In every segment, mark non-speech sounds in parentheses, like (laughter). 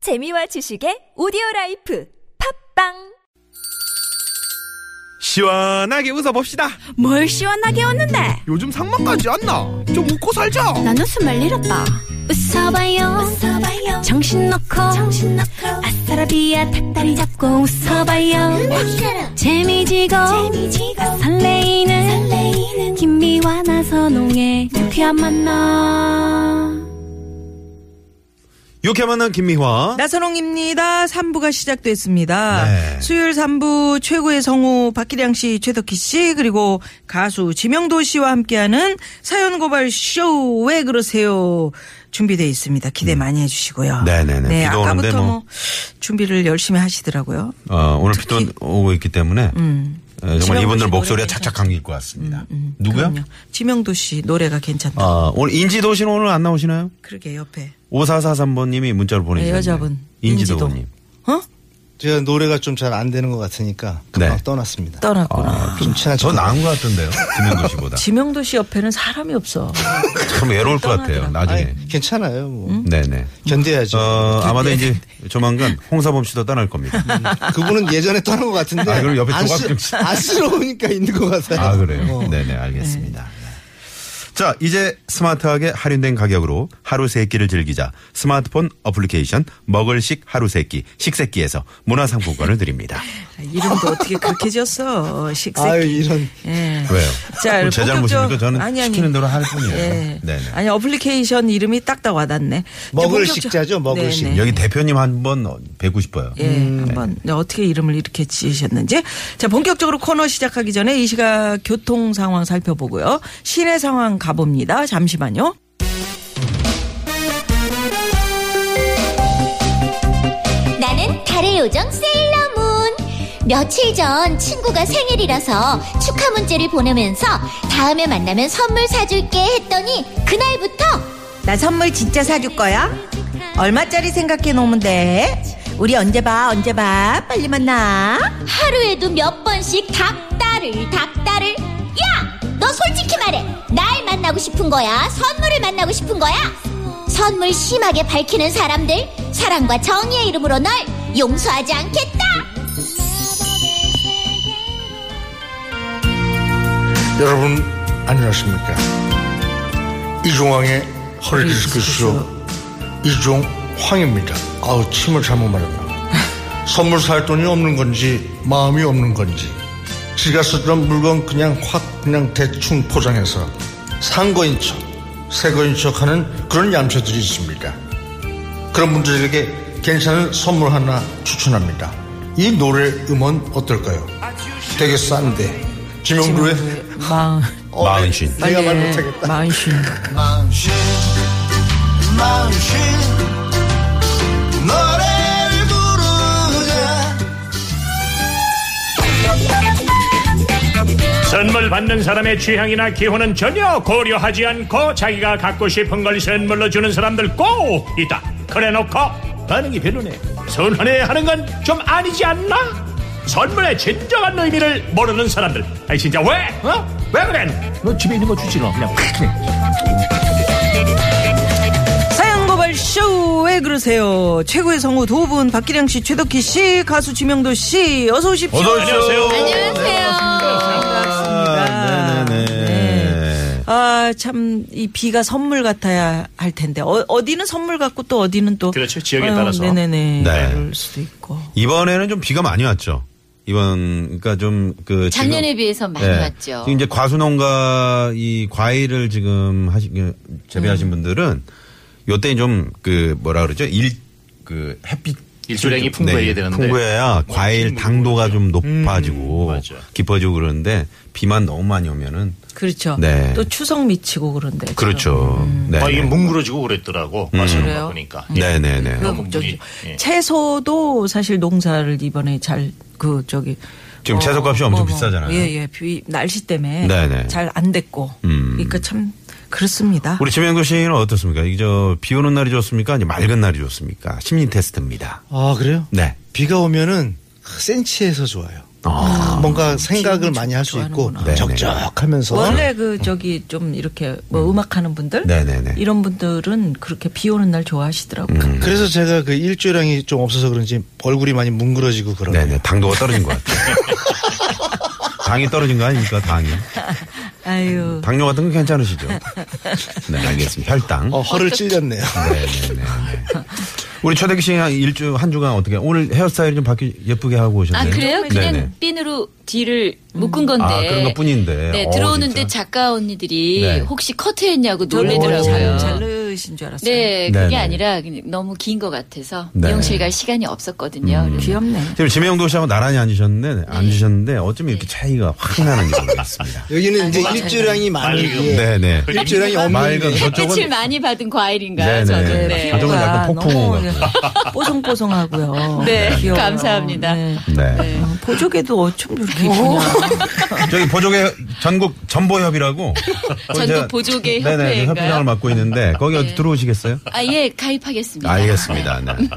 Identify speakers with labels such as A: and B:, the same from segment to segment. A: 재미와 지식의 오디오 라이프 팝빵
B: 시원하게 웃어봅시다.
C: 뭘 시원하게 웃는데
B: 요즘 상만까지 안 나. 좀 웃고 살자.
C: 난 웃음을 잃었다 웃어봐요, 정신 놓고 아싸라비아 닭다리 잡고 웃어봐요 재미지고, 설레이는, 김미와 나선홍의 유쾌한 만남
B: 이렇게 만난 김미화.
D: 나선홍입니다. 3부가 시작됐습니다.
B: 네.
D: 수요일 3부 최고의 성우 박기량 씨, 최덕희 씨, 그리고 가수 지명도 씨와 함께하는 사연 고발 쇼, 왜 그러세요? 준비되어 있습니다. 기대 많이 해주시고요.
B: 음. 네네네.
D: 네,
B: 비도 오는데
D: 아까부터 뭐.
B: 뭐.
D: 준비를 열심히 하시더라고요.
B: 어, 오늘 비도 오고 있기 때문에 어, 정말
D: 지명도
B: 이분들
D: 씨
B: 목소리가
D: 노래
B: 착착 감길 것 같습니다. 누구야?
D: 그럼요. 지명도 씨 노래가 괜찮다.
B: 아, 오늘 인지도 씨는 오늘 안 나오시나요?
D: 그러게 옆에
B: 5443번님이 문자를 보내주셨네요.
D: 네, 여자분.
B: 인지도님.
D: 어?
E: 제가 노래가 좀 잘 안 되는 것 같으니까
B: 네. 아,
E: 그냥 떠났습니다. 아,
D: 떠났구나.
E: 좀 친한
B: 저
E: 척.
B: 나은 것 같던데요. 김현도
D: (laughs)
B: 씨보다.
D: 지명도 씨 옆에는 사람이 없어.
B: 참 외로울 것 같아요. 나중에.
E: 아니, 괜찮아요. 뭐.
B: 네네.
E: 견뎌야죠.
B: 어, 아마도 이제 조만간 홍사범 씨도 떠날 겁니다.
E: 그분은 예전에 떠난 것 같은데
B: 아, 그럼 옆에
E: 안
B: 조각 좀
E: 쓰- 안쓰러우니까 있는 것 같아요.
B: 아 그래요?
E: 어.
B: 네네 알겠습니다. 네. 자 이제 스마트하게 할인된 가격으로 하루 세 끼를 즐기자 스마트폰 어플리케이션 먹을식 하루 세 끼 식세끼에서 문화상품권을
D: (laughs)
B: 드립니다.
D: 이름도 어떻게 그렇게 지었어. 식세끼.
E: 아유 이런
D: 예.
B: 왜요?
D: 자,
B: 그럼 제 잘못입니까?
D: 본격적-
B: 저는
D: 아니, 아니.
B: 시키는 대로 할 뿐이에요.
D: 예.
B: 네네.
D: 아니 어플리케이션 이름이 딱딱 와닿네.
E: 먹을
D: 이제 본격적-
E: 식자죠, 먹을 식.
D: 네네.
B: 여기 대표님 한 번 뵙고 싶어요.
D: 예, 한번 네, 어떻게 이름을 이렇게 지으셨는지. 자, 본격적으로 코너 시작하기 전에 이 시각 교통 상황 살펴보고요. 시내 상황 가봅니다. 잠시만요.
F: 나는 달의 요정 세일러문. 며칠 전 친구가 생일이라서 축하 문자를 보내면서 다음에 만나면 선물 사줄게 했더니 그날부터
G: 나 선물 진짜 사줄 거야? 얼마짜리 생각해 놓으면 돼? 우리 언제 봐, 언제 봐. 빨리 만나.
F: 하루에도 몇 번씩 닭다를 닭다를 야! 너 솔직히 말해. 날 만나고 싶은 거야? 선물을 만나고 싶은 거야? 선물 심하게 밝히는 사람들 사랑과 정의의 이름으로 널 용서하지 않겠다.
H: 여러분 안녕하십니까 이종황의 허리디스크쇼 이종황입니다 아우 침을 잘못 말했나 (laughs) 선물 살 돈이 없는 건지 마음이 없는 건지 지가 쓰던 물건 그냥 확 그냥 대충 포장해서 산 거인 척, 새 거인 척 하는 그런 얌체들이 있습니다 그런 분들에게 괜찮은 선물 하나 추천합니다 이 노래 음원 어떨까요? 되게 싼데 지명도의
D: 마흔.
B: 마흔쉰.
D: 네.
E: 내가 말
H: 아, 예.
E: 못하겠다.
D: 마흔쉰.
H: 망신 망신 노래를 부르자
I: 선물 받는 사람의 취향이나 기호는 전혀 고려하지 않고 자기가 갖고 싶은 걸 선물로 주는 사람들 꼭 있다. 그래놓고 반응이 별로네. 선언해 하는 건 좀 아니지 않나? 선물의 진정한 의미를 모르는 사람들. 아니 진짜 왜? 어? 왜 그래? 너 집에 있는 거 주지 너 그냥.
D: 사연고발 쇼왜 그러세요? 최고의 성우 두 분 박기량 씨, 최덕희 씨, 가수 지명도 씨 어서 오십시오.
B: 어서 오십시오. 아,
D: 반갑습니다.
B: 네네네.
D: 아, 참, 이 비가 선물 같아야 할 텐데. 어, 디는 선물 같고 또 어디는 또.
I: 그렇죠. 지역에 따라서.
D: 네네네.
B: 네.
D: 그럴 수도 있고.
B: 이번에는 좀 비가 많이 왔죠. 이번 그러니까 좀그
J: 작년에 비해서 많이
B: 예.
J: 왔죠.
B: 지금 이제 과수농가 이 과일을 지금 하시 그
J: 음.
B: 재배하신 분들은 요때 좀 그 뭐라 그러죠 일 그 햇빛
I: 일조량이
B: 네,
I: 풍부해야 되는데. 음,
B: 풍부해야 과일 당도가 좀 높아지고
I: 맞아.
B: 깊어지고 그러는데 비만 너무 많이 오면은
D: 그렇죠.
B: 네.
D: 또 추석 미치고 그런데. 지금. 음,
B: 그렇죠.
J: 음.
B: 네.
I: 아, 이게 뭉그러지고 그랬더라고. 마시는 거 보니까. 예.
B: 네네네.
D: 그거
I: 너무
D: 걱정이죠.
I: 물이, 예.
D: 채소도 사실 농사를 이번에 잘, 그, 저기.
B: 지금 채소값이 엄청 비싸잖아요.
D: 예, 예. 비, 날씨 때문에.
B: 네네.
D: 잘 안 됐고.
B: 음.
D: 그러니까 참, 그렇습니다.
B: 우리 지명도 씨는 어떻습니까? 이게 저비 오는 날이 좋습니까? 아니 맑은 날이 좋습니까? 심리 테스트입니다.
E: 아 그래요?
B: 네.
E: 비가 오면은 센치해서 좋아요.
J: 음.
B: 아.
E: 뭔가 생각을 많이 할 수 있고
D: 좋아하는구나.
B: 네네.
E: 적적하면서
D: 원래 그 저기 좀 이렇게 뭐 음. 악하는 분들
B: 네네네. 음.
D: 이런 분들은 그렇게 비 오는 날 좋아하시더라고요.
E: 그래서 제가 그 일조량이 좀 없어서 그런지 얼굴이 많이 뭉그러지고 그러네요.
B: 네네. 당도가 떨어진 것
E: (laughs)
B: 같아요. 당이 떨어진 거 아닙니까? 당이.
D: 아유.
B: 당뇨 같은 건 괜찮으시죠? 네, 알겠습니다. 혈당.
E: 어, 허를 찔렸네요. (laughs)
B: 네네네. 우리 최대기 씨한 일주 한 주간 어떻게 오늘 헤어스타일이 좀 바뀌 예쁘게 하고
J: 아
B: 오셨네요.
J: 그래요? 그냥
B: 네네.
J: 핀으로 뒤를 묶은 건데.
B: 아, 그런 것뿐인데.
J: 네
B: 어,
J: 들어오는데
B: 진짜.
J: 작가 언니들이
B: 네.
J: 혹시 커트했냐고
D: 잘
J: 놀래더라고요.
D: 잘르신 줄 알았어요.
J: 네
B: 네, 네.
J: 그게 아니라 그냥 너무 긴 것 같아서
B: 네. 음.
J: 미용실 갈 시간이 없었거든요. 그래서
D: 아, 귀엽네.
B: 지금 지명도 씨하고 나란히
J: 네.
B: 앉으셨는데 앉으셨는데 어쩌면 이렇게 차이가 확 나는지
J: (laughs)
B: 모르겠습니다.
E: 여기는 이제 일조량이 많이 예.
B: 네네.
E: 일조량이 없는
B: 맑은
E: 게
J: 햇빛을
B: 저쪽은
J: 많이 받은 과일인가요?
B: 네네.
J: 저는.
B: 네.
J: 네.
B: 저쪽은
D: 피부가
B: 약간 폭풍
D: 너무
B: 같은.
D: 뽀송뽀송하고요.
J: (laughs) 네, 감사합니다.
B: 네.
D: 어, 보조개도 어쩜 이렇게 이쁘냐.
B: 저기 보조개 전국 전보협이라고 거기 제가-
J: 보조개
B: 네네,
J: 협회인가요?
B: 그 협회장을 맡고 있는데 거기 어디 들어오시겠어요?
J: 아, 예, 가입하겠습니다.
B: 알겠습니다. 네.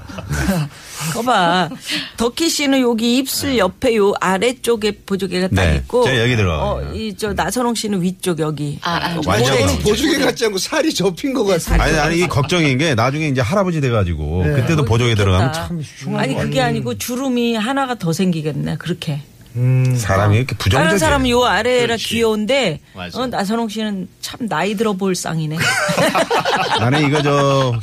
D: 거봐. 덕희 씨는 여기 입술 옆에 요 아래쪽에 보조개가 딱
B: 네,
D: 있고.
B: 저 여기 들어가거든요.
D: 어, 이 저 나선홍 씨는 위쪽 여기.
J: 아, 아,
B: 완전
E: 네, 저거는 보조개 같지 않고 살이 접힌 것 같아요.
B: 아니 아니 이 걱정인 게 나중에 이제 할아버지 돼가지고 그때도 보조개 들어가면 참
D: 아니
J: 음.
D: 그게 아니고 주름이 하나가 더 생기겠네. 그렇게.
B: 사람이 이렇게
D: 다른
B: 부정적이.
D: 사람은 요 아래라 귀여운데
I: 맞아.
D: 어, 나선홍 씨는 참 나이 들어
J: (laughs)
D: 보일 쌍이네.
B: 나는 이거 저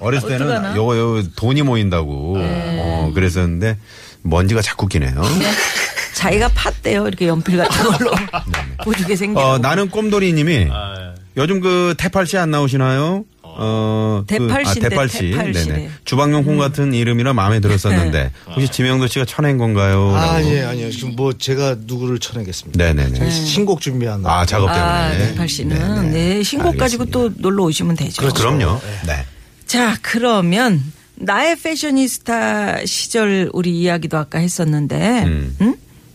B: 어렸을 때는
D: 어떡하나?
B: 요거 요 돈이 모인다고 어, 그랬었는데 먼지가 자꾸 끼네요.
D: 자기가 팠대요. 이렇게 연필 같은
B: (laughs)
D: 걸로 네. 보조개 생기고.
B: 어, 나는 꼼돌이님이 요즘 그 태팔씨 안 나오시나요? 어, 그-
D: 대팔씨인데,
B: 아, 대팔씨.
D: 대팔씨래.
B: 네네. 주방용품 같은 이름이라 마음에
D: (laughs)
B: 들었었는데 혹시 지명도 씨가 쳐낸 건가요?
E: 아,
B: 라고.
E: 예, 아니요. 지금 뭐 제가 누구를 쳐내겠습니다.
B: 네. 네네네.
E: 신곡 준비한다.
B: 아 작업 때문에.
D: 아, 대팔 씨는 네, 신곡 가지고
B: 알겠습니다.
D: 또 놀러 오시면 되죠.
B: 그럼요 네.
D: 자, 그러면 나의 패셔니스타 시절 우리 이야기도 아까 했었는데,
B: 음.
D: 음. 응?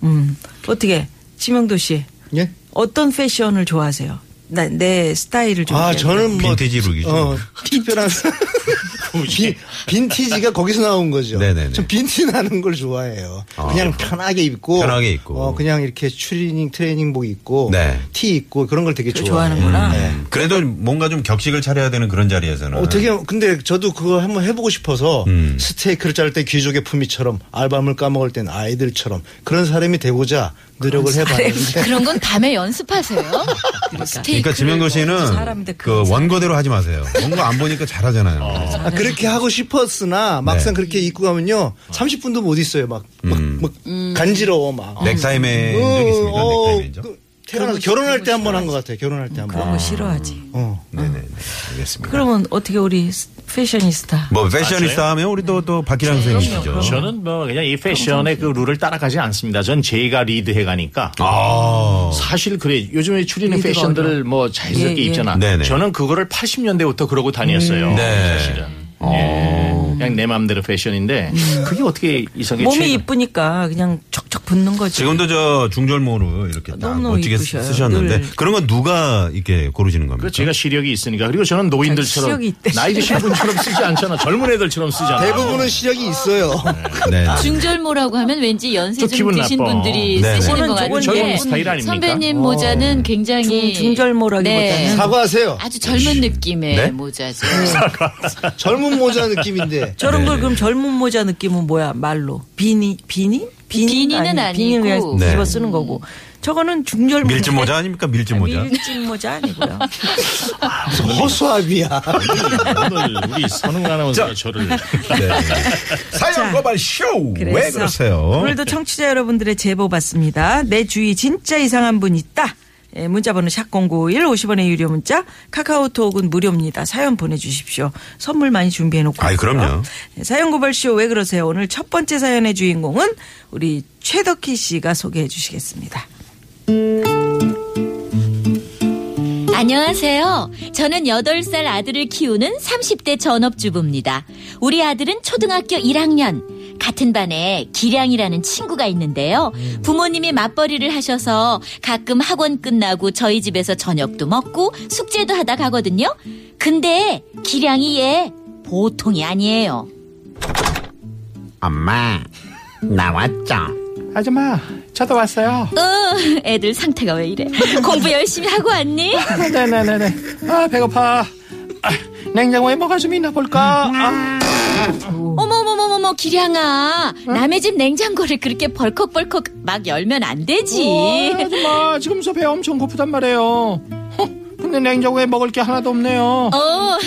D: 음. 어떻게 지명도 씨
E: 예?
D: 어떤 패션을 좋아하세요? 나, 내 스타일을 좀.
E: 아,
D: 얘기해
E: 저는 뭐
B: 빈티지 룩이죠.
E: 어, 특별한 빈- 빈티지가 거기서 나온 거죠.
B: 네네네.
E: 저 빈티 나는 걸 좋아해요.
B: 아.
E: 그냥 편하게 입고,
B: 편하게 입고.
E: 어, 그냥 이렇게 추리닝 트레이닝복 입고,
B: 네.
E: 티 입고 그런 걸 되게
D: 보세요.
E: 좋아해요. 음, 네.
D: 좋아하는구나.
B: 그래도 뭔가 좀 격식을 차려야 되는 그런 자리에서는.
E: 어떻게 하면- 근데 저도 그거 한번 해보고 싶어서
B: 음.
E: 스테이크를 자를 때 귀족의 품위처럼 알밤을 까먹을 땐 아이들처럼 그런 사람이 되고자 노력을 해봤는데
J: 그런 건
C: (laughs)
J: 밤에 연습하세요. 스테이크.
B: 그러니까 지명도 씨는
D: 사람인데
B: 그
D: 뭐 그런
B: 원고대로 하지 마세요. 원고 안 보니까 잘하잖아요.
E: 아, 그렇게 하고 싶었으나 막상
B: 네.
E: 그렇게 입고 가면요 30분도 못 있어요 막, 막, 막 간지러워 막
B: 넥타이 맨적
E: 어,
B: 네, 있습니까?
E: 어,
B: 넥타이 맨적?
E: 그 태어나서 결혼할 때 한 번 한 것 같아요 결혼할 때 한번
D: 그런 거 싫어하지.
E: 어.
B: 네네. 네 알겠습니다.
D: 그러면 어떻게 우리 스- 패셔니스타?
B: 뭐 패셔니스타 하면 우리 또 또 박기량 선생님이시죠.
I: 저는 뭐 그냥 이 패션의 그 룰을 따라가지 않습니다. 전 제가 리드해 가니까.
B: 아.
I: 사실 그래 요즘에 추리는
D: 리드가
I: 패션들을 뭐 자연스럽게
D: 예, 예.
I: 입잖아.
B: 네네.
I: 저는 그거를 80년대부터 그러고 다녔어요.
B: 네.
I: 사실은. 예. 그냥 내 마음대로 패션인데 그게 어떻게 이성의
D: 몸이
I: 최고-
D: 이쁘니까 그냥 척척 붙는 거지.
B: 지금도 저 중절모로 이렇게 딱
D: 너무너무
B: 멋지게
D: 이쁘셔요.
B: 쓰셨는데
D: 늘.
B: 그런 건 누가 이렇게 고르시는 겁니까?
I: 그
K: 그렇죠.
I: 제가 시력이 있으니까 그리고 저는 노인들처럼
D: 시력이 있대.
I: 나이 드신 분처럼 쓰지 않잖아. 젊은 애들처럼 쓰지 않아.
E: 대부분은 시력이 있어요
B: 네.
J: 중절모라고 하면 왠지 연세
I: 저
J: 좀
I: 기분
J: 드신
I: 나빠.
J: 분들이
B: 네.
J: 쓰시는 것
D: 저건
J: 같은데
I: 젊은 스타일 아닙니까? 어.
J: 선배님 모자는 굉장히
D: 중- 중절모라기보다는
J: 네.
E: 사과하세요
J: 아주 젊은 느낌의
B: 네?
J: 모자죠.
E: 젊은 모자
D: (laughs)
E: 느낌인데
D: 저런
B: 네.
D: 걸 그럼 젊은 모자 느낌은 뭐야 말로 비니 비니
J: 비니는
D: 비니 그냥
J: 아니고.
B: 네.
D: 집어 쓰는 거고 저거는 중절 모자.
B: 밀짚 모자 아닙니까? 밀짚 모자.
D: 밀짚 모자 아니고요.
E: 허수아비야
I: (laughs) 오늘 우리 선웅 아나운서가 저를
B: 네. 사연 고발 쇼! (laughs) 왜 그러세요?
D: 오늘도 청취자 여러분들의 제보 받습니다. 내 주위 진짜 이상한 분 있다. 예, 문자번호 샵0951 50원의 유료 문자 카카오톡은 무료입니다. 사연 보내주십시오. 선물 많이 준비해놓고.
B: 아이,
D: 있고요.
B: 그럼요.
D: 예, 사연 고발쇼 왜 그러세요? 오늘 첫 번째 사연의 주인공은 우리 최덕희 씨가 소개해 주시겠습니다.
F: 안녕하세요. 저는 8살 아들을 키우는 30대 전업주부입니다. 우리 아들은 초등학교 1학년. 같은 반에 기량이라는 친구가 있는데요. 부모님이 맞벌이를 하셔서 가끔 학원 끝나고 저희 집에서 저녁도 먹고 숙제도 하다 가거든요. 근데 기량이 얘 보통이 아니에요.
K: 엄마, 나왔죠? 아줌마, 저도 왔어요.
J: 어, (laughs) 애들 상태가 왜 이래? (laughs) 공부 열심히 하고 왔니?
K: 어. 네네네네. 아, 배고파. 아, 냉장고에 뭐가 좀 있나 볼까? 아,
J: 어머머머머머 기량아 남의 집 냉장고를 그렇게 벌컥벌컥 막 열면 안 되지
K: 어, 아줌마, 지금 저 배 엄청 고프단 말이에요. 허, 근데 냉장고에 먹을 게 하나도 없네요.
J: 어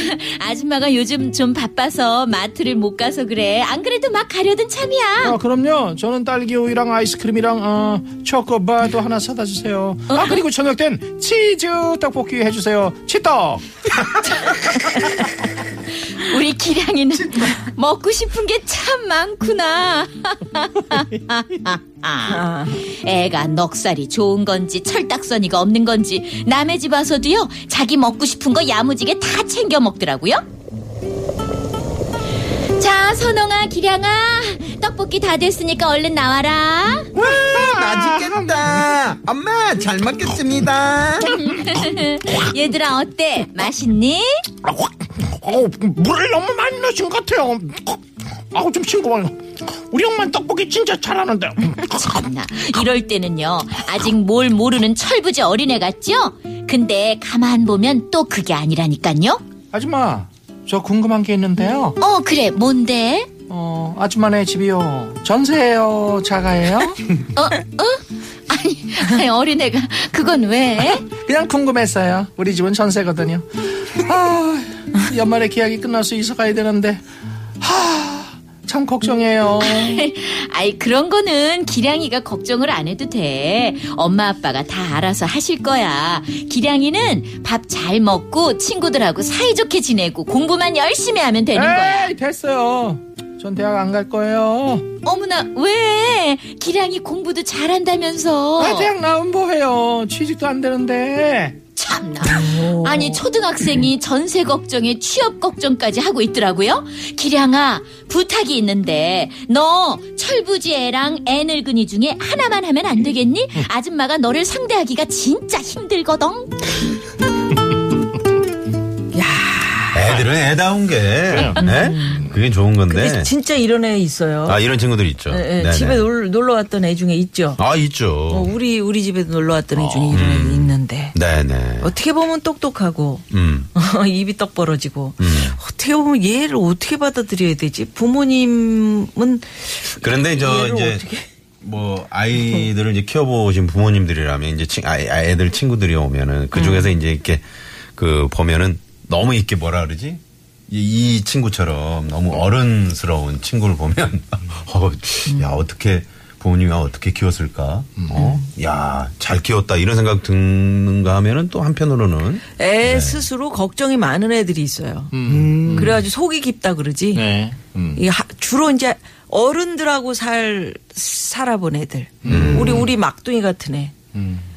J: 아줌마가 요즘 좀 바빠서 마트를 못 가서 그래 안 그래도 막 가려던 참이야
K: 아, 그럼요. 저는 딸기 우유랑 아이스크림이랑 어, 초코바도 하나 사다 주세요. 아 그리고 저녁 땐 치즈 떡볶이 해주세요. 치떡.
J: 우리 기량이는 (laughs) 먹고 싶은 게 참 많구나 아, 애가 넉살이 좋은 건지 철딱서니가 없는 건지 남의 집 와서도요 자기 먹고 싶은 거 야무지게 다 챙겨 먹더라고요 자 선홍아 기량아 떡볶이 다 됐으니까 얼른 나와라 (laughs)
L: 맛있겠다. 엄마, 잘 먹겠습니다.
J: 얘들아 어때 맛있니?
K: 아, 아우 물을 너무 많이 넣으신 것 같아요. 아우 좀 싱거워요. 우리 엄마는 떡볶이 진짜 잘하는데. 음.
J: 참나 이럴 때는요 아직 뭘 모르는 철부지 어린애 같죠? 근데 가만 보면 또 그게 아니라니까요
K: 아줌마 저 궁금한 게 있는데요.
J: 어 그래 뭔데?
K: 어 아줌마네 집이요 전세예요 자가예요?
J: 어? 어? 아니, 아니 어린애가 그건 왜?
K: 그냥 궁금했어요. 우리 집은 전세거든요. 아, 연말에 계약이 끝나서 이사 가야 되는데 하, 참 걱정해요.
J: 아이 그런 거는 기량이가 걱정을 안 해도 돼 엄마 아빠가 다 알아서 하실 거야 기량이는 밥 잘 먹고 친구들하고 사이좋게 지내고 공부만 열심히 하면 되는 거야
K: 에이 됐어요. 전 대학 안 갈 거예요.
J: 어머나 왜 네. 기량이 공부도 잘한다면서
K: 아, 대학 나온 뭐해요? 취직도 안 되는데.
J: 참나. 아니 초등학생이 전세 걱정에 취업 걱정까지 하고 있더라고요. 기량아 부탁이 있는데 너 철부지 애랑 애 늙은이 중에 하나만 하면 안 되겠니? 아줌마가 너를 상대하기가 진짜 힘들거든.
B: 애들은 애다운 게. 네? 그게 좋은 건데.
D: 진짜 이런 애 있어요.
B: 아, 이런 친구들 있죠.
D: 예, 예,
B: 네네.
D: 집에 놀, 놀러 왔던 애 중에 있죠.
B: 아, 있죠.
D: 어, 우리 우리 집에도 놀러 왔던 애 중에 이런
B: 음.
D: 애 있는데
B: 네네.
D: 어떻게 보면 똑똑하고 (laughs)
B: 음.
D: 입이 떡 벌어지고
B: 음.
D: 어떻게 보면 얘를 어떻게 받아들여야 되지? 부모님은
B: 그런데 저
D: 얘를
B: 이제 뭐 아이들을 이제 키워보신 부모님들이라면 이제 친, 아이, 아이들 친구들이 오면은 그 중에서
D: 음.
B: 이제 이렇게 그 보면은 너무 이렇게 뭐라 그러지? 이, 이 친구처럼 너무 어른스러운 친구를 보면 (laughs) 어, 야 어떻게 부모님이 아, 어떻게 키웠을까? 어? 야, 잘 키웠다. 이런 생각 드는가 하면은 또 한편으로는
D: 애
B: 네.
D: 스스로 걱정이 많은 애들이 있어요. 음. 그래가지고 속이 깊다 그러지.
K: 네.
D: 이게 하- 주로 이제 어른들하고 살 살아본 애들. 우리 우리 막둥이 같은 애.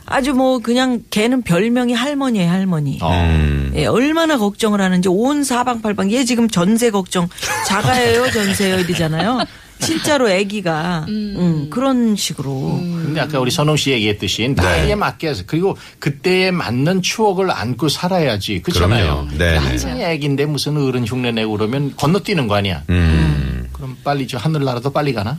D: 아주 뭐 그냥 걔는 별명이 할머니예요 할머니.
B: 아. 음,
D: 예, 얼마나 걱정을 하는지 온 사방팔방 얘 지금 전세 걱정 자가예요 전세요 이러잖아요. 진짜로 애기가 음, 그런 식으로
J: 음.
K: 근데 아까 우리 선홍 씨 얘기했듯이
B: 네.
K: 나이에 맞게 그리고 그때에 맞는 추억을 안고 살아야지 그렇잖아요.
B: 그럼요. 네,
K: 한창 애기인데 무슨 어른 흉내 내고 그러면 건너뛰는 거 아니야.
B: 음.
K: 그럼 빨리 저 하늘나라도 빨리 가나?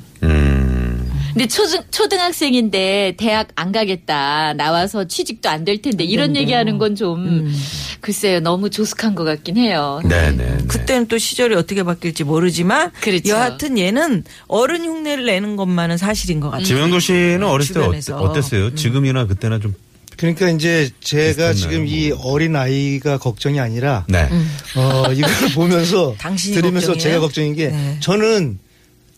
J: 근데 초등 초등학생인데 대학 안 가겠다 나와서 취직도 안 될 텐데 이런 얘기하는 건 좀 글쎄요 너무 조숙한 것 같긴 해요.
B: 네네.
D: 어, 그때는 또 시절이 어떻게 바뀔지 모르지만
J: 그렇죠.
D: 여하튼 얘는 어른 흉내를 내는 것만은 사실인 것 같아요.
B: 지명도 씨는 어렸을 때
D: 주변에서.
B: 어땠, 어요 지금이나 그때나 좀
E: 그러니까 이제 제가 지금 이 어린 아이가 걱정이 아니라
B: 네.
D: 음.
E: 어, 이걸 (laughs) 보면서
D: (laughs) 당신이
E: 들으면서
D: 걱정이에요? 네.
E: 제가 걱정인 게 저는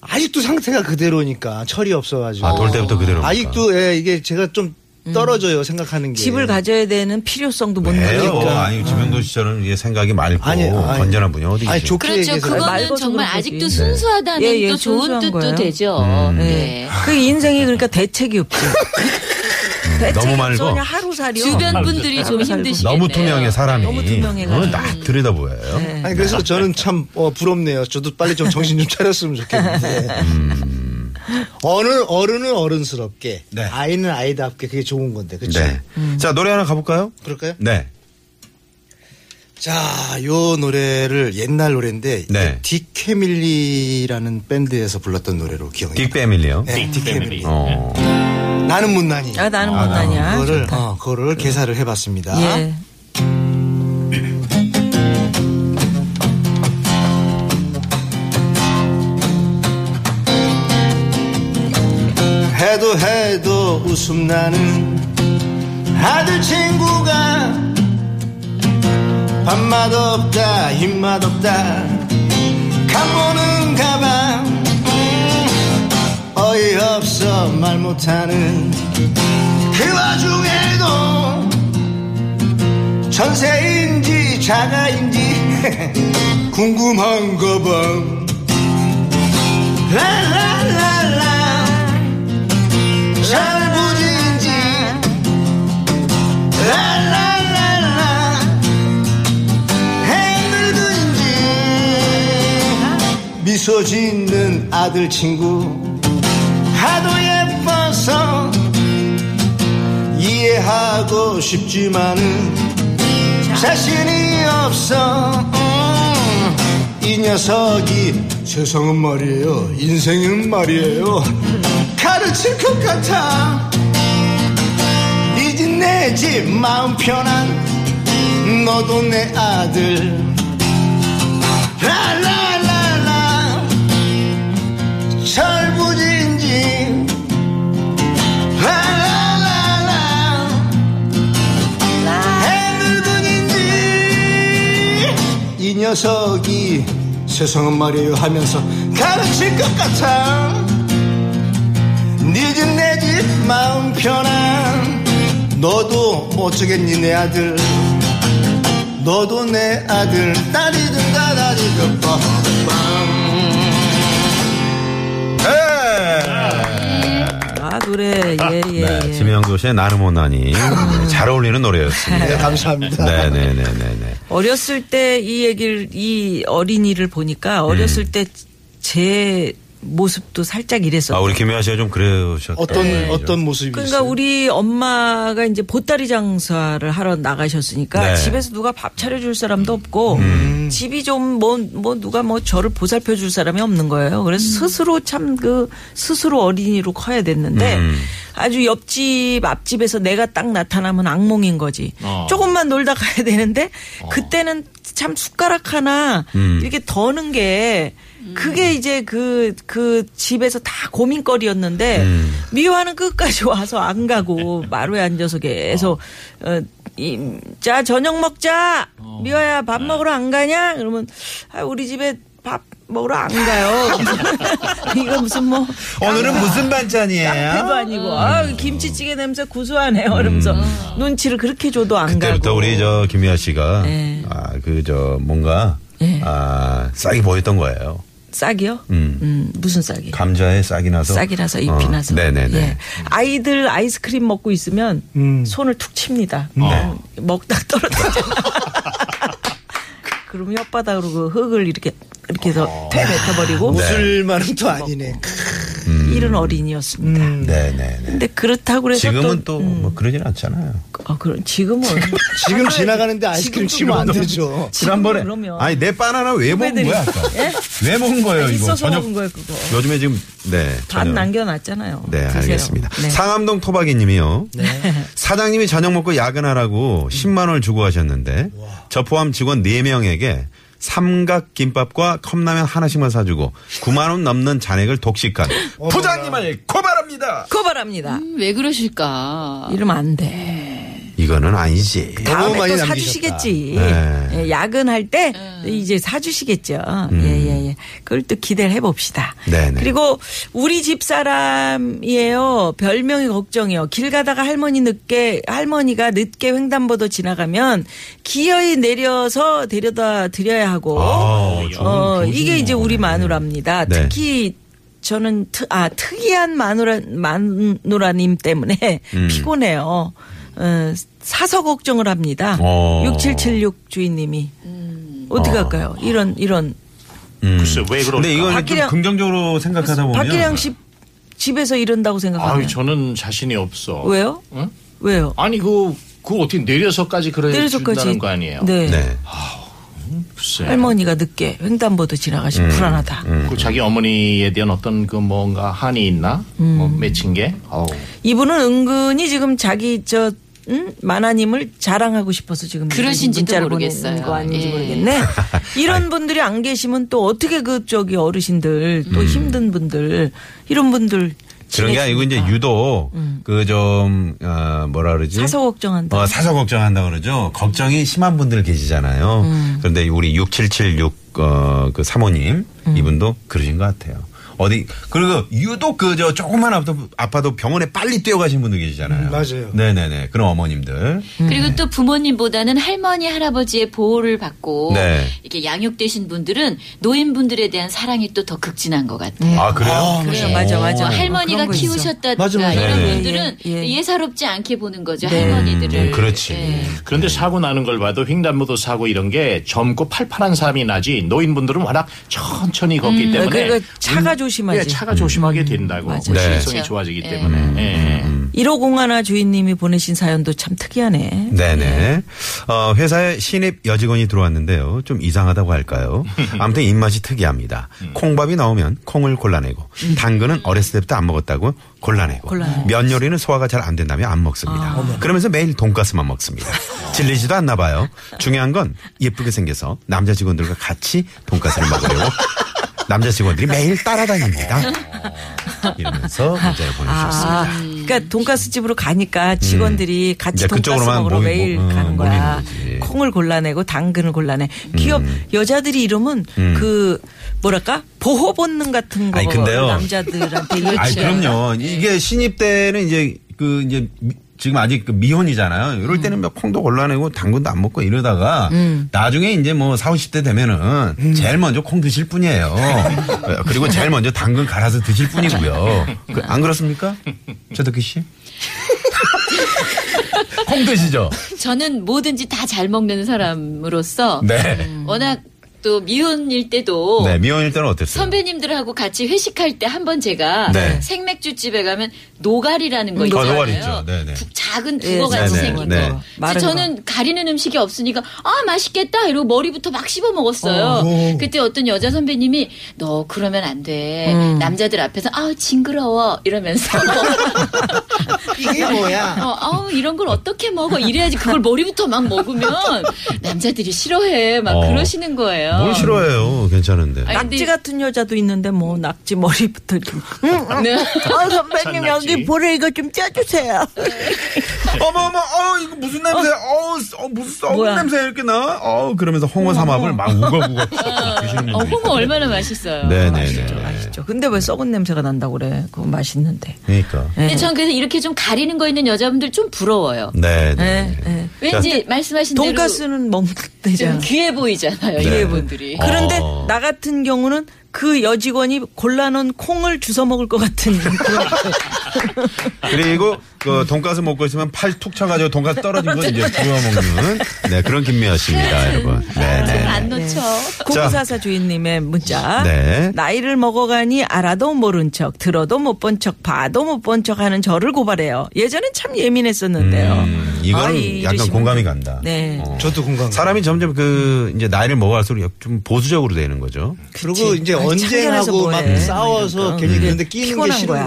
E: 아직도 상태가 그대로니까 철이 없어가지고
B: 아, 돌 때부터 그대로입니까?
E: 아직도 예, 이게 제가 좀 떨어져요 생각하는 게
D: 음. 집을 가져야 되는 필요성도 못
L: 그러니까.
B: 왜요?
D: 느끼고
B: 아니 지명도 씨처럼 이게 생각이 맑고
E: 아니, 아니.
B: 건전한 분이 어디
E: 아니,
B: 계세요?
E: 좋게
J: 그렇죠.
E: 얘기해서
J: 그거는
D: 맑아서
J: 정말
D: 그런 거지.
J: 아직도
D: 네.
J: 순수하다는
D: 예, 예,
J: 또 좋은
D: 순수한
J: 뜻도
D: 거예요.
J: 되죠. 네.
D: 네. 그 인생이 그러니까 대책이 (laughs) 없죠. 대책이
B: 너무 말고.
D: 없어 그냥 하루살이요.
J: 주변 분들이 좀 힘드시겠네요.
B: 너무 투명해 사람이.
D: 너무 투명해가지고.
B: 어, 나 들여다 보여요.
D: 네.
E: 아니 그래서 저는 참 어, 부럽네요. 저도 빨리 좀 정신 좀 차렸으면 좋겠는데.
B: 음.
E: 어느 어른은 어른스럽게, 아이는 아이답게 그게 좋은 건데, 그렇죠?
B: 네. 자 노래 하나 가볼까요?
E: 그럴까요?
B: 네.
E: 자, 요 노래를 옛날 노래인데
B: 네.
E: 딕캐밀리라는 밴드에서 불렀던 노래로 기억이
B: 딕 패밀리요?
E: 네, 딕패밀리.
B: 어.
E: 나는 못난이.
D: 아, 나는 못난이야.
E: 그거를, 어, 그거를 개사를 해봤습니다.
D: 예.
E: 해도 해도 웃음 나는 아들 친구가 밥맛 없다 입맛 없다 간보는 가방 음, 어이없어 말 못하는 그 와중에도 전세인지 자가인지 (laughs) 궁금한 거봐 라라라라 잘부지인지 라라라라 해물든지 미소 짓는 아들 친구 하도 예뻐서 이해하고 싶지만은 자신이 없어 음, 이 녀석이 세상은 말이에요 인생은 말이에요 가르칠 것 같아 이 집 내 집 마음 편한 너도 내 아들 라라라라 철부지인지 라라라라 해물분인지 이 녀석이 세상은 말이에요 하면서 가르칠 것 같아 니집 내 집 마음 편한 너도 어쩌겠니 내 아들 너도 내 아들 딸이든 다다리든
D: 아, 노래, 예, 네. 예.
B: 네, 지명도 씨의 나는 못난이
D: (laughs)
B: 네, 잘 어울리는 노래였습니다.
D: 네, 감사합니다.
B: 네네네네.
D: 어렸을 때 이 얘기를, 이 어린이를 보니까 어렸을 때 제 모습도 살짝 이랬어요.
B: 아 우리 김혜아 씨가 좀 그러셨다.
E: 모습이
D: 그러니까 우리 엄마가 이제 보따리 장사를 하러 나가셨으니까
B: 네.
D: 집에서 누가 밥 차려줄 사람도 없고 집이 좀 뭐 뭐 누가 뭐 저를 보살펴 줄 사람이 없는 거예요. 그래서 스스로 참 그 스스로 어린이로 커야 됐는데 아주 옆집 앞집에서 내가 딱 나타나면 악몽인 거지.
G: 어.
D: 조금만 놀다 가야 되는데 그때는 참 숟가락 하나
G: 음.
D: 이렇게 더는 게 그게 이제 그, 그 집에서 다 고민거리였는데,
B: 음.
D: 미화는 끝까지 와서 안 가고, 마루에 앉아서 계속, 어, 이, 자, 저녁 먹자! 미화야, 밥 먹으러 안 가냐? 그러면, 아, 우리 집에 밥 먹으러 안 가요. (laughs) 이거 무슨 뭐.
L: 오늘은 무슨 반찬이에요?
D: 도 아니고, 아, 김치찌개 냄새 구수하네요. 이러면서 눈치를 그렇게 줘도 안 가고. 네.
B: 그때부터 우리 저 김혜아 씨가 아 그 저 뭔가 아 싹이 보였던 거예요.
D: 싹이요?
B: 음.
D: 무슨 싹이?
B: 감자에 싹이 나서 어.
D: 싹이 나서 잎이 나서.
B: 네네네.
D: 예. 아이들 아이스크림 먹고 있으면
E: 음.
D: 손을 툭 칩니다. 어,
B: 네.
D: 먹다 떨어지잖아. (laughs) 그럼 혓바닥으로 그 흙을 이렇게 이렇게 해서 퇴뱉어버리고
B: 네.
E: 웃을 만은 또 아니네.
B: 음.
D: 이런 어린이였습니다.
E: 음.
B: 네네.
D: 근데 그렇다고 해서
B: 지금은
D: 또 음.
B: 또 뭐 그러진 않잖아요.
D: 아, 그럼 지금은 (laughs)
E: 지금 지나가는데
D: 지금도
E: 아이스크림 치면 안
D: 그러면-
E: 되죠.
B: 지난번에
D: 그러면.
B: 아니 내 바나나 왜 먹은
D: 후배들이-
B: 거야? 아까?
D: 예?
B: 왜 먹은
E: 뭐
B: 거예요 이거?
D: 있어서
B: 저녁
D: 먹은 거예요 그거.
B: 요즘에 지금 네
D: 반
B: 저녁.
D: 남겨놨잖아요.
B: 네,
D: 드세요.
B: 알겠습니다.
D: 네.
B: 상암동 토박이님이요.
I: 네.
B: (laughs) 사장님이 저녁 먹고 야근하라고 10만 원을 주고 하셨는데 저 포함 직원 4명에게 삼각 김밥과 컵라면 하나씩만 사주고 9만 원 넘는
I: (gasps)
B: 잔액을 독식한
I: 어.
B: 부장님을
E: 어.
B: 고발합니다.
D: 고발합니다.
J: 음, 왜 그러실까? 네.
D: 이러면 안 돼.
B: 이거는 아니지.
D: 다음에 또 사주시겠지.
B: 네.
D: 예, 야근할 때
J: 네.
D: 이제 사주시겠죠. 예, 예, 예. 그걸 또 기대를 해봅시다.
B: 음. 네네.
D: 그리고 우리 집 사람이에요. 별명이 걱정이요. 길 가다가 할머니 늦게 할머니가 늦게 횡단보도 지나가면 기어이 내려서 데려다 드려야 하고.
B: 아,
D: 어, 이게 이제 우리 마누라입니다.
G: 네.
D: 특히 저는 트, 아 특이한 마누라 마누라님 때문에 (laughs)
G: 음.
D: 피곤해요. 어, 사서 걱정을 합니다.
G: 어.
D: 6776 주인님이 어떻게
K: 음.
B: 어.
D: 할까요? 이런 이런
B: 글쎄
I: 왜 그럴까?
B: 음. 근데 이거는
D: 박기량-
B: 좀 긍정적으로 생각하다 보면
D: 박기량 씨 집에서 이런다고 생각하면
I: 아유 저는 자신이 없어.
D: 왜요? 왜요?
I: 아니 그
K: 그거 어떻게 내려서까지 그래
D: 내려서까지.
K: 준다는 거 아니에요?
D: 네.
K: 글쎄.
D: 할머니가 늦게 횡단보도
B: 음.
D: 지나가시면 불안하다.
K: 그 자기 어머니에 대한 어떤 그 뭔가 한이 있나? 뭐
D: 음.
K: 맺힌 게? 어우.
D: 이분은 은근히 지금 자기 저 음? 만화님을 자랑하고 싶어서 지금
J: 그러신지도
D: 문자를 보내는
J: 모르겠어요.
D: 거 아닌지
J: 예.
D: 모르겠네. 이런 분들이 안 계시면 또 어떻게 그 저기 어르신들 또 힘든 분들 이런 분들
B: 음. 그런 게 아니고 이제 유도 그 좀 어, 뭐라 그러지?
D: 음. 사서 걱정한다.
B: 어, 사서 걱정한다 그러죠. 걱정이 심한 분들 계시잖아요. 그런데 우리 6776 어, 그 사모님 이분도 그러신 것 같아요. 어디 그리고 유독 그 저 조금만 아파도, 아파도 병원에 빨리 뛰어가신 분들 계시잖아요. 맞아요. 네네네 그런 어머님들.
J: 그리고 또 부모님보다는 할머니 할아버지의 보호를 받고
B: 네.
J: 이렇게 양육되신 분들은 노인분들에 대한 사랑이 또 더 극진한 것 같아요.
B: 아 그래요?
J: 그래요.
D: 네,
B: 맞아 맞아.
J: 뭐
B: 그런
J: 할머니가
B: 거 있어.
J: 키우셨다든가
B: 맞아, 맞아.
J: 이런
B: 네. 음,
J: 분들은 예, 사롭지 않게 보는 거죠 할머니들을.
K: 그렇지. 그런데 사고 나는 걸 봐도 횡단보도 사고 이런 게 젊고 팔팔한 사람이 나지 노인분들은 워낙 천천히 걷기
D: 음.
K: 때문에
D: 그러니까 차가
K: 운-
D: 조심하지.
K: 예, 차가 조심하게 된다고
D: 음, 맞아요.
K: 실성이
D: 네. 그렇죠.
K: 좋아지기
D: 예.
K: 때문에. 예.
D: 음. 1501 주인님이 보내신 사연도 참 특이하네.
B: 네네. 어, 회사에 신입 여직원이 들어왔는데요. 좀 이상하다고 할까요? 아무튼 입맛이 특이합니다. 콩밥이 나오면 콩을 골라내고, 당근은 어렸을 때부터 안 먹었다고 음. 골라내고, 아,
M: 골라내고.
B: 면 요리는 소화가 잘 안 된다며 안 먹습니다. 그러면서 매일 돈가스만 (laughs) 먹습니다. 질리지도 않나 봐요. 중요한 건 예쁘게 생겨서 남자 직원들과 같이 돈가스를 먹으려고 남자 직원들이 매일 따라다닙니다. 아. 이러면서 문자를 보내주셨습니다. 음.
D: 아, 그러니까 돈가스 집으로 가니까 직원들이 같이
B: 이제
D: 돈가스
B: 그쪽으로만
D: 먹으러
B: 몰-
D: 매일
B: 몰-
D: 가는
B: 음,
D: 거야. 콩을 골라내고 당근을 골라내. 기업 여자들이 이러면
B: 음.
D: 그 뭐랄까 보호 본능 같은 거
B: 아니, 근데요.
D: 남자들한테
B: (laughs)
J: 그렇죠.
B: 아
D: 일치.
B: 그럼요.
J: 네.
B: 이게 신입 때는 이제 그 이제 미- 지금 아직 그 미혼이잖아요.
J: 음.
B: 이럴 때는 막 콩도 골라내고 당근도 안 먹고 이러다가
D: 음.
B: 나중에 이제 뭐 4, 50대 되면은
J: 음.
B: 제일 먼저 콩 드실
J: (laughs)
B: 뿐이에요. 어, 그리고 제일 먼저 당근 갈아서 드실 뿐이고요. 그- 안 그렇습니까? 최덕기 씨? (laughs) 콩 드시죠?
J: 저는 뭐든지 다 잘 먹는 사람으로서
B: 네.
J: 워낙 또 미혼일 때도
B: 네, 미혼일 때는 어땠어요?
J: 선배님들하고 같이 회식할 때 한 번 제가
B: 네.
J: 생맥주 집에 가면 노가리라는 거
B: 음,
J: 있잖아요.
B: 노가리 있죠. 네, 네.
J: 작은
B: 예,
J: 북어 같이
B: 네, 네,
J: 생긴
B: 네.
J: 거.
B: 마른
J: 그래서 저는 가리는 음식이 없으니까 아 맛있겠다 이러고 머리부터 막 씹어 먹었어요.
C: 어.
J: 그때 어떤 여자 선배님이 너 그러면 안 돼.
C: 음.
J: 네, 남자들 앞에서 아 징그러워
K: (laughs)
J: 이러면서
C: 이게 뭐야?
J: 어, 아우 이런 걸 어떻게 먹어? 이래야지 그걸 머리부터 막 먹으면 남자들이 싫어해 막
B: 어.
J: 그러시는 거예요.
B: 뭘 싫어해요? 괜찮은데.
J: 아니, 근데-
D: 낙지 같은 여자도 있는데 뭐 낙지 머리부터 이렇게.
B: (laughs)
D: 음, 음.
J: 네.
D: 아, 선배님 여기 볼에 이거 좀 쪄주세요.
B: 어머 어머 어 이거 무슨 냄새? 어, 어 무슨 썩은
J: 뭐야?
B: 냄새 이렇게 나? 어 그러면서 홍어 삼합을 막 우거우거 드시는
J: 어,
B: 분들.
J: 홍어 얼마나 맛있어요.
B: 네네네.
D: 그렇죠. 근데 왜 썩은 냄새가 난다고 그래? 그거 맛있는데.
B: 그러니까.
J: 근데 전 그래서 이렇게 좀 가리는 거 있는 여자분들 좀 부러워요.
B: 네. 네.
J: 왠지 말씀하신
D: 네.
J: 대로
D: 돈가스는 먹대잖아.
J: 좀 귀해 보이잖아요.
D: 네.
J: 이런 분들이.
D: 그런데
B: 아.
D: 나 같은 경우는 그 여직원이 골라놓은 콩을 주워 먹을 것
B: (laughs)
D: 같은 그런
B: 그리고 그 돈가스 먹고 있으면 팔 툭 쳐가지고 돈가스 떨어진 거 이제 구워 먹는 네 그런 김미아 씨입니다, 여러분. 네네.
J: 놓쳐.
D: 공사사 주인님의 문자.
B: 네.
D: 나이를 먹어가니 알아도 모른 척, 들어도 못 본 척, 봐도 못 본 척하는 저를 고발해요. 예전엔 참 예민했었는데요.
B: 음. 이건
D: 아이,
B: 약간
D: 이러시면-
B: 공감이 간다.
D: 네.
B: 저도 공감. 사람이 점점 그 이제 나이를 먹어갈수록 좀 보수적으로 되는 거죠.
E: 그리고 이제 언쟁하고 막 싸워서 괜히 그런데
D: 아,
E: 끼는 게
D: 음. 피곤한 거야.
E: 싫은
D: 음.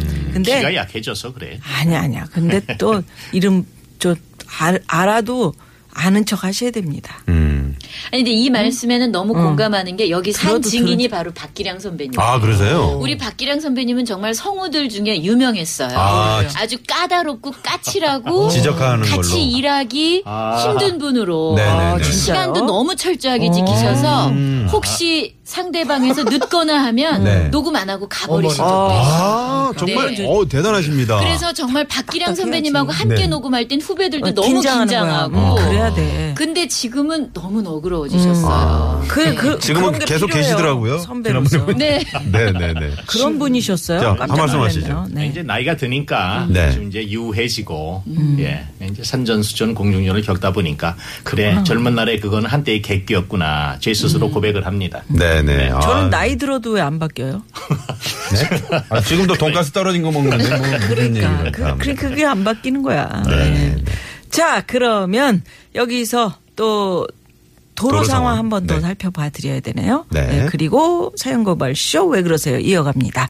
E: 거야.
D: 근데
K: 기가 약해져서 그래.
D: 아니 아니야. 근데
B: (laughs)
D: 또 이름 저 알, 알아도 아는 척 하셔야 됩니다.
B: 음.
J: 아니 근데 이 말씀에는 너무
D: 음.
J: 공감하는 게 여기 산
D: 들어도
J: 증인이 바로 박기량 선배님.
B: 아, 그러세요?
J: 우리 박기량 선배님은 정말 성우들 중에 유명했어요.
B: 아,
J: 아, 주 까다롭고
B: (laughs)
J: 까칠하고
B: 지적하는
J: 같이
B: 걸로.
J: 일하기
B: 아.
J: 힘든 분으로
B: 네네네. 아,
J: 그
B: 진짜요?
J: 시간도 너무 철저하게 지키셔서
B: 음.
J: 혹시 상대방에서 늦거나 하면
B: 네.
J: 녹음 안 하고 가버리신 적도
B: 아,
J: 있어요.
B: 정말
J: 네.
B: 어 대단하십니다.
D: 아.
J: 그래서 정말 박기량 선배님하고 함께
B: 네.
J: 녹음할 땐 후배들도
D: 어,
J: 너무
D: 긴장하는
J: 긴장하고
D: 거야. 어, 그래야 돼.
J: 근데 지금은 너무 너그러워지셨어요.
B: 아.
D: 그, 그,
B: 지금은
D: 그런 게
B: 계속
D: 필요해요.
B: 계시더라고요.
D: 선배로서.
J: 네.
B: 네네네.
D: 그런 분이셨어요.
B: 자,
D: 깜짝
B: 한 말씀
D: 놀랐네요.
B: 하시죠.
D: 네.
K: 이제 나이가 드니까
B: 네.
K: 좀 이제 유해지고
J: 음.
K: 예 이제 산전수전 공중전을 겪다 보니까 그래
J: 아.
D: 음.
K: 젊은 날에 그건 한때의 객기였구나 제 스스로
J: 음.
K: 고백을 합니다.
B: 네네. 아,
D: 저는 나이 들어도 왜 안 바뀌어요?
B: 네? 아,
J: 그러니까, 그,
D: 그,
B: 지금도 돈가스 떨어진 거 먹는데 뭐 무슨 얘기를
D: 그러니까 그게 안 바뀌는 거야. 네. 자, 그러면 여기서 또 도로,
M: 도로
D: 상황
M: 상황.
D: 한 번 더
M: 네.
D: 살펴봐 드려야 되네요.
M: 네.
D: 그리고 사연고발 쇼 왜 그러세요? 이어갑니다.